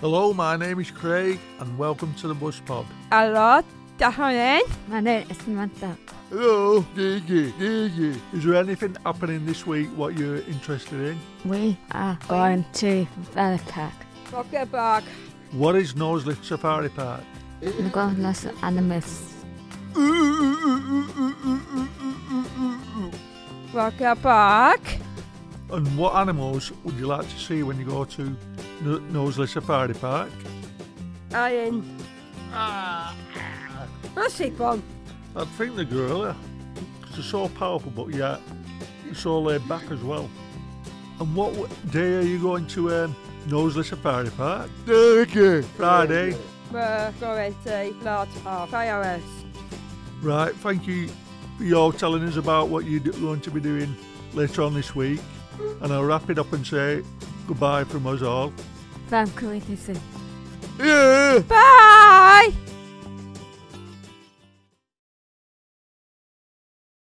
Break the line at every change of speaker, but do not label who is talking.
Hello, my name is Craig, and welcome to the Bush Pod.
Hello, Darren.
My name is Samantha.
Hello, Gigi, Gigi. Is there anything happening this week what you're interested in?
We are going to Valley Park.
Rocket Park.
What is Nosley Safari Park?
We're going to lots of animals.
Rocket Park.
And what animals would you like to see when you go to N- Nosley Safari Park?
Iron. Let's see one.
I think the gorilla. 'cause They're so powerful, but yeah, it's all laid back as well. And what w- day are you going to um, Nosley Safari Park? Friday.
We're going to Lord of Fireworks.
Right, thank you for you all telling us about what you're going to be doing later on this week. And I'll wrap it up and say goodbye from us all.
Thank you, Lisa.
Yeah!
Bye!